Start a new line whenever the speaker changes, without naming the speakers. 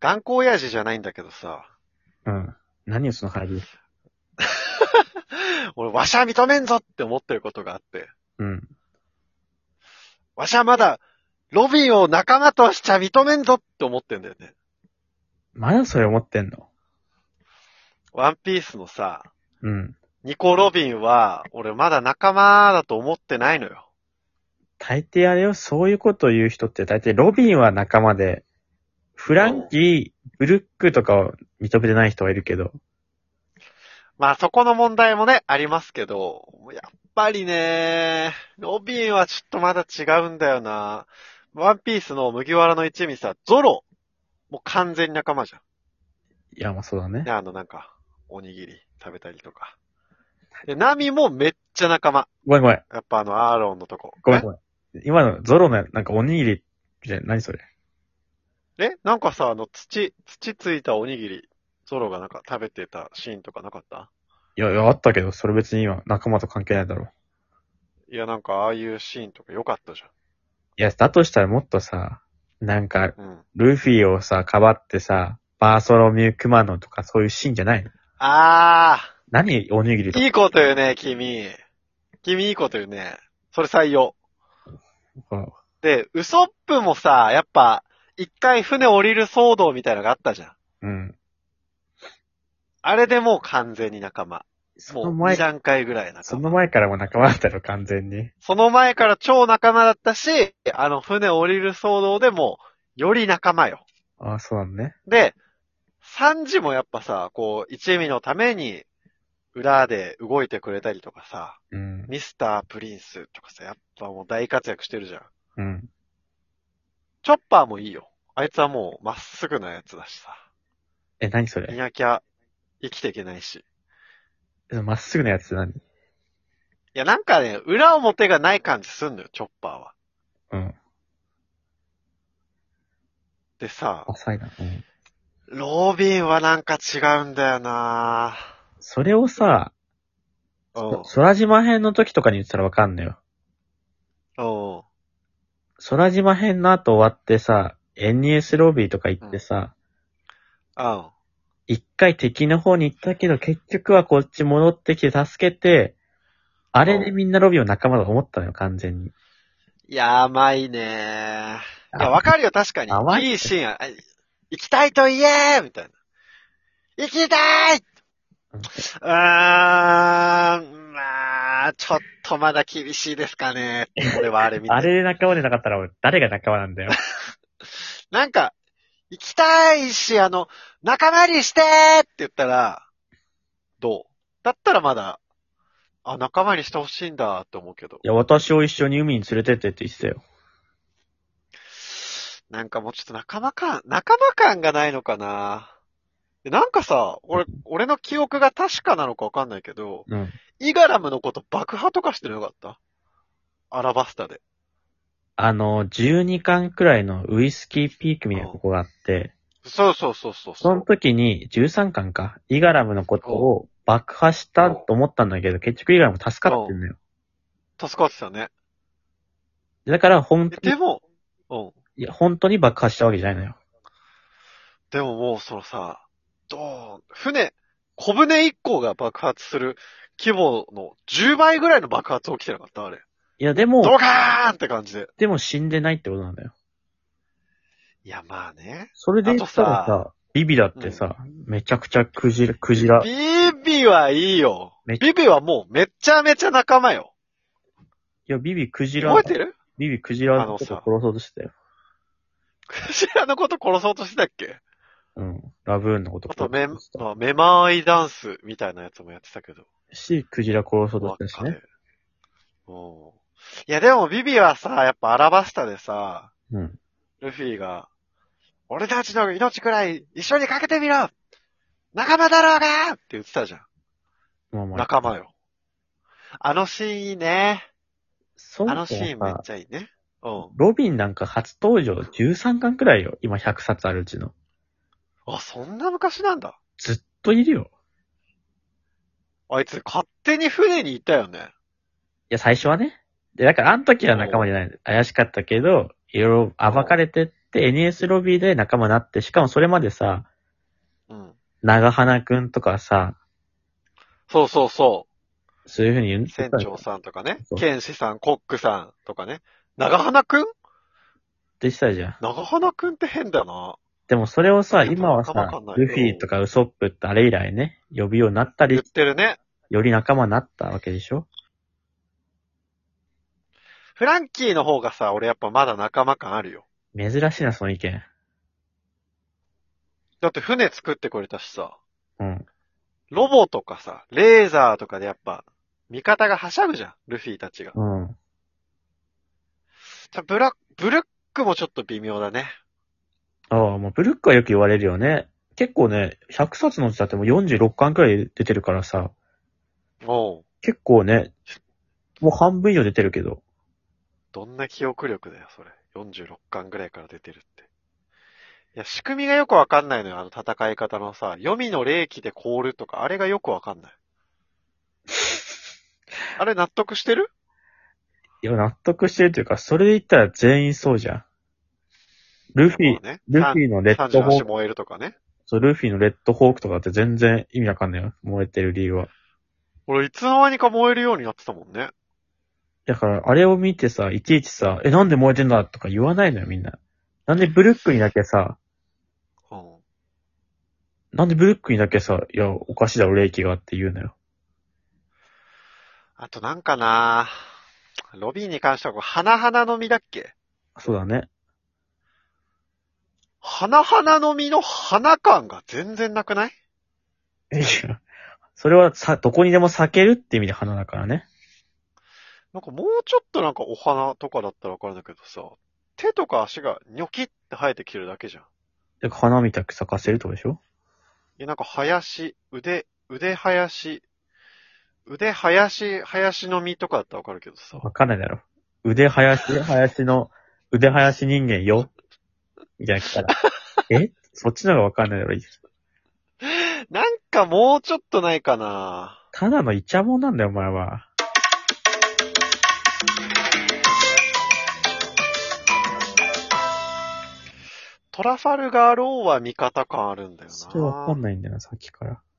頑固親父じゃないんだけどさ、
うん。何よ、その入り。
俺、わしゃ認めんぞって思ってることがあって、
うん。
わしゃまだ、ロビンを仲間としちゃ認めんぞって思ってんだよね。
まだそれ思ってんの
ワンピースのさ、
うん。
ニコ・ロビンは、俺まだ仲間だと思ってないのよ。
大抵あれよ、そういうことを言う人って大抵ロビンは仲間で、フランキー、ブルックとかを認めてない人はいるけど、
まあそこの問題もね、ありますけど、やっぱりね、ロビンはちょっとまだ違うんだよな。ワンピースの麦わらの一味さ、ゾロ、もう完全に仲間じゃ
いや、まあそうだ
ん。
ね
ね、。あのなんか、おにぎり食べたりとか。で、ナミもめっちゃ仲間。
ごめんごめん。
やっぱあの、アーロンのとこ。
ごめんごめん。今のゾロのなんかおにぎり、じゃ、何それ
ええなんかさ、あの、土、土ついたおにぎり、ゾロがなんか食べてたシーンとかなかった
いや、いや、あったけど、それ別に今仲間と関係ないだろう。
いや、なんかああいうシーンとか良かったじ
いや、だとしたらもっとさ、なんか、
ゃん。うん。
ルフィをさ、かばってさ、バーソロミュー、クマノンとかそういうシーンじゃないの
あー。
何おにぎりとか
いいこと言うね、君。君いいこと言うね。それ採用。で、ウソップもさ、やっぱ、一回船降りる騒動みたいなのがあったじゃん。
うん。
あれでもう完全に仲間。
そ
も
の
う
前
2、段階ぐらい仲
そ
間。
の前からも仲間だったの、完全に。
その前から超仲間だったし、あの船降りる騒動でも、より仲間よ。
ああ、そうなんね。
で、サンジもやっぱさ、こう、一味のために、裏で動いてくれたりとかさ、
うん。
ミスタープリンスとかさ、やっぱもう大活躍してるじゃん。
うん。
チョッパーもいいよ。あいつはもうまっすぐなやつだしさ。
え、何そ
い
れ
なきゃ生きていけないし。い
まっすぐなやつ何
やなんかね、裏表がない感じすんのよ、チョッパーは。
うん。
でさ、
浅いな。うん。
ロビンはなんか違うんだよな
それをさ、
うん。
空島編の時とかに言ってたらわかんのよ。
うん。
空島編の後終わってさ、NS ロビーとか行ってさ、
うん。
一回敵の方に行ったけど、結局はこっち戻ってきて助けて、あれでみんなロビーを仲間だと思ったのよ、完全に。
いや、甘いねいや、わかるよ、確かに。
甘い
いいシーンや。あ行きたいと言えーみたいな。行きたいうん、まあ、ちょっとまだ厳しいですかね。俺はあれ見て。
あれで仲間でなかったら、誰が仲間なんだよ。
なんか、行きたいし、あの、仲間にしてーって言ったら、どうだったらまだ、あ、仲間にしてほしいんだって思うけど
い。や、私を一緒に海に連れてってって言ってたよ。
なんかもうちょっと仲間感、仲間感がないのかなでなんかさ、俺、俺の記憶が確かなのかわかんないけど、
うん。
イガラムのこと爆破とかしてなかったアラバスタで。
あの、12巻くらいのウイスキーピークみたいなとこがあって、
そうそうそうそうそ
そうの。時に13巻か、イガラムのことを爆破したと思ったんだけど、結局イガラム助かってんのよ。
助かってたね。
だから本
え
当
で
に、
も、うん。
いや本当に爆破したわけじゃないのよ。
でももうそのさ、ドーン、船、小舟一個が爆発する規模の10倍ぐらいの爆発起きてなかったあれ。
いや、で
ド
も、
カーンって感じで。
でも死んでないってことなんだよ。
いや、まあね。
それで言ったら
あと
さ、ビビだってさ、めちゃくちゃクジラ、クジラ、
ビビはいいよ。
めっ
ビビはもうめちゃめちゃ仲間よ。
いや、ビビクジラ
覚え、てる
ビビクジラのこと
あのさ
殺そうとしてたよ。
クジラのこと殺そうとしてたっけ
うん。ラブーンのこと
あ
殺そ
と
うと
め、
してた。
まあ、めまいダンスみたいなやつもやってたけど。
し、クジラ殺そうと
輪
し
って
た
か
し
で
ね。
うんいやでもビビはさ、やっぱアラバスタでさ、
うん。
ルフィが、俺たちの命くらい一緒にかけてみろ仲間だろうがって言ってたじゃん。
まあまあ、
仲間よ。あのシーンいいね。
そ
あの
も
シ
そ
ーン
も
めっ
さ、
ちゃいいね。うん。
ロビンなんか初登場13巻くらいよ。今100冊あるうちの。
あ、そんな昔なんだ。
ずっといるよ。
あいつ勝手に船にいたよね。
いや、最初はね。で、だからあの時は仲間じゃない。怪しかったけど、いろいろ暴かれてっ NS ロビーで仲間になって、しかもそれまでさ、
うん。
長花くんとかさ、
そうそうそ
そういうふうに言うん
う。船長さんとかね
そ。う
剣士さん、コックさんとかね。長花くん
でしたじゃん。
長花くんって変だな。
でもそれをさ、
いや
今は
仲間
さ
感な、い
ルフィとかウソップってあれ以来ね、呼ぶようになった
言っ
り、
てるね。
より仲間になったわけでしょ
フランキーの方がさ、俺やっぱまだ仲間感あるよ。
珍しいな、その意見。
だって船作ってくれたしさ、
うん。
ロボとかさ、レーザーとかでやっぱ、味方がはしゃぐじゃん、ルフィたちが。
うん。
じゃブラ、ブルックもちょっと微妙だね。
ああ、もうブルックはよく言われるよね。結構ね、100冊のうちだってもう46巻くらい出てるからさ、
おう
結構ね、もう半分以上出てるけど。
どんな記憶力だよ、それ。46巻ぐらいから出てるって。いや、仕組みがよくわかんないのよ、あの戦い方のさ、黄泉の霊気で凍るとか、あれがよくわかんない。あれ納得してる
いや、納得してるというか、それで言ったら全員そうじゃん。ルフィ
ま、あね
ルフィのレッドホー
38
ク、
燃えるとかね。
そう、ルフィのレッドホークとかって全然意味わかんないよ。燃えてる理由は。
俺、いつの間にか燃えるようになってたもんね。
だから、あれを見てさ、いちいちさ、え、なんで燃えてんだとか言わないのよ、みんな。なんでブルックにだけさ、
うん。
なんでブルックにだけさ、いや、おかしいだろ、霊気がって言うのよ。
あとなんかなロビーに関してはこう、花々の実だっけ
そうだね。
花々の実の花感が全然なくない
いやそれはさ、どこにでも避けるって意味で花だからね。
なんかもうちょっとなんかお花とかだったらわかるんだけどさ、手とか足がニョキって生えてきてるだけじゃん。い
だから花みたく咲かせるってことでしょ
や、なんか林、腕、腕林、腕林、林の実とかだったらわかるけどさ、
わかんないだろ。腕林、林の、腕林人間よ。みたいな来たら。えそっちの方がわかんないだろ。
なんかもうちょっとないかな
ただのイチャモンなんだよ、お前は。
トラファルガーローは味方感あるんだよな
それわかんないんだよな、さっきから。